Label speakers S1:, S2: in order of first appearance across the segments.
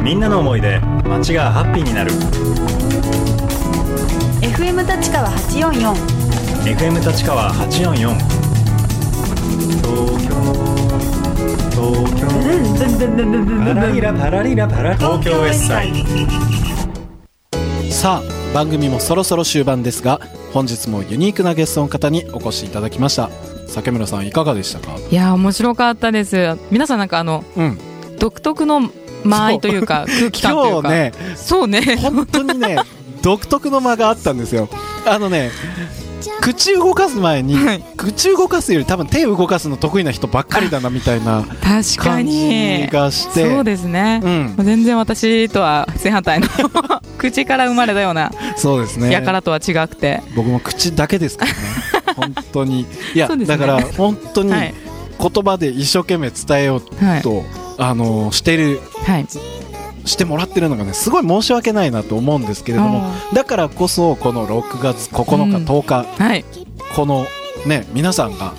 S1: みんなの思いで街がハッピーになる
S2: FM 立川844
S1: FM 立川844東京東京パラリラパラリラパラ東京 S 祭
S3: さあ番組もそろそろ終盤ですが本日もユニークなゲストの方にお越しいただきました酒村さんいかがでしたか
S4: いやー面白かったです皆さんなんかあの
S3: うん
S4: 独特の間合いというか空気感という
S3: 今日
S4: か
S3: ね
S4: そうね
S3: 本当に ね独特の間があったんですよあのね口動かす前に、
S4: はい
S3: 口動かすより多分手動かすの得意な人ばっかりだなみたいな
S4: 確か
S3: 感じ
S4: に
S3: がして
S4: そうですね、
S3: うん
S4: もう全然私とは正反対の 口から生まれたような
S3: そうですね
S4: やからとは違くて、
S3: 僕も口だけです からね本当にいや、
S4: そうです
S3: だ
S4: ね
S3: から本当に
S4: はい
S3: 言葉で一生懸命伝えようと、
S4: はい
S3: あのーしてる
S4: はい
S3: してもらってるのがねすごい申し訳ないなと思うんですけれども
S4: あ
S3: だからこそこの6月9日、
S4: うん
S3: 10日
S4: はい
S3: このね皆さんが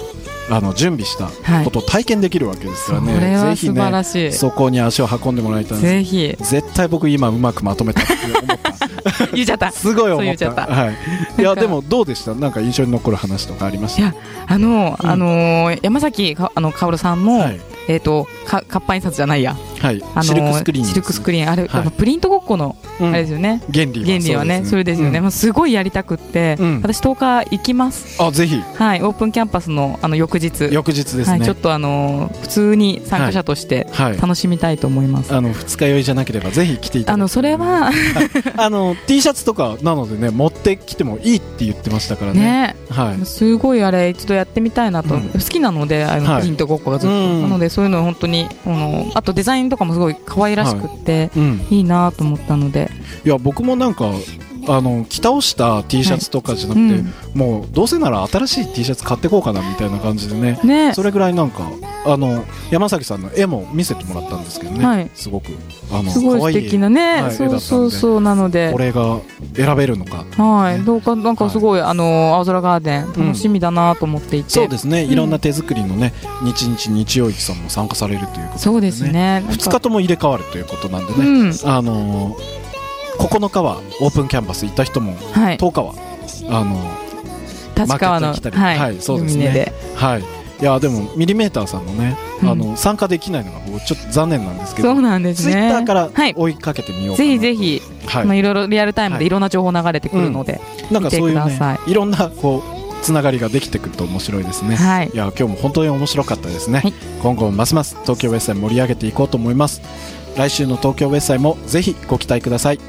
S3: あの準備した
S4: はい
S3: ことを体験できるわけですからね、
S4: それは
S3: ぜひ
S4: 素晴らし
S3: ね
S4: い
S3: そこに足を運んでもらいたいんです
S4: ぜひ
S3: 絶対僕今うまくまとめたって思った
S4: 言っちゃった
S3: すごい
S4: そう
S3: 思
S4: 言
S3: っ
S4: っち
S3: た
S4: ゃった
S3: はい、いや
S4: なんか
S3: でもどうでしたなんか印象に残る話とかありまし
S4: い
S3: た
S4: やあの、
S3: うん
S4: あのー山崎かあの薫さんも、
S3: はい、
S4: えっ、とか活版印刷じゃないや、
S3: はい
S4: あのー
S3: シルクスクリーン
S4: シルクスクリーンあれ、
S3: はい
S4: あのプリントごっこの
S3: う
S4: あ
S3: ん
S4: れですよね、
S3: 原理は
S4: 原理はねそれですよね、
S3: うん
S4: もうすごいやりたくって、
S3: うん
S4: 私10日行きます
S3: あぜひ
S4: はいオープンキャンパスのあの翌日
S3: 翌日ですね、
S4: は
S3: はい
S4: い、ちょっとあのー普通に参加者として楽しみたいと思います、
S3: あの二日酔いじゃなければぜひ来ていただきたい
S4: あのそれは
S3: あの T シャツとかなのでね持ってきてもいいって言ってましたからね
S4: ね
S3: はい
S4: すごいあれ一度やってみたいなと、
S3: うん
S4: 好きなのであの、
S3: はい
S4: プリントごっこがずっと、
S3: うん
S4: なのでそういうの本当にあのあとデザインとかもすごい可愛らしくって、
S3: うん、
S4: い、いなと思ったので、
S3: いや僕もなんかあの着倒した T シャツとかじゃなくて、
S4: はいうん
S3: もうどうせなら新しい T シャツ買ってこうかなみたいな感じでね
S4: ね
S3: それぐらいなんかあの山崎さんの絵も見せてもらったんですけどね、
S4: はい
S3: すごくあの
S4: すごい素敵なね、
S3: 可愛い絵
S4: そうそう
S3: は
S4: そうなの
S3: い絵だったんで
S4: で
S3: これが選べるのか
S4: はいどうかなんかすごい、あの青空ガーデン
S3: うん
S4: 楽しみだなと思っていて、
S3: そうですね、
S4: ん
S3: いろんな手作りのね日日日曜日さんも参加されるということ
S4: そうですねなんか
S3: 2日とも入れ替わるということなんでね、
S4: うん
S3: あのー9日はオープンキャンパス行った人も
S4: はい
S3: 10日はあの
S4: 立川の
S3: マーケットに来たりはいそうですね
S4: ルミネで
S3: ーはいいやでもミリメーターさんのね、
S4: うん
S3: あの参加できないのが僕ちょっと残念なんですけ
S4: そ
S3: ど
S4: うなんです
S3: ツイ
S4: ね
S3: ッターから
S4: はい
S3: 追いかけてみようか
S4: ぜ
S3: な
S4: ひ
S3: と
S4: ぜひ、
S3: はい
S4: まあいろいろリアルタイム
S3: は
S4: で
S3: い
S4: いろんな情報流れてくるので、
S3: なんかそういう
S4: 見て
S3: ね
S4: くださ
S3: いろんなこうつながりができてくると面白いですね、
S4: はい
S3: や今日も本当に面白かったですね、
S4: はい
S3: 今後もますます東京ウェッサイ盛り上げていこうと思います来週の東京ウェッサイもぜひご期待ください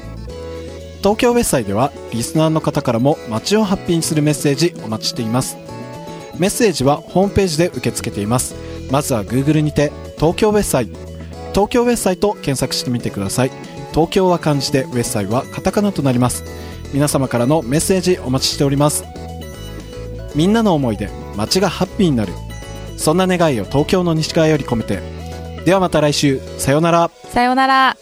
S3: 東京ウェッサイではリスナーの方からも街をハッピーにするメッセージお待ちしていますメッセージはホームページで受け付けていますまずは Google にて東京ウェッサイ東京ウェッサイと検索してみてください東京は漢字でウェッサイはカタカナとなります皆様からのメッセージお待ちしておりますみんなの思いで街がハッピーになるそんな願いを東京の西側より込めてではまた来週さようなら
S4: さようなら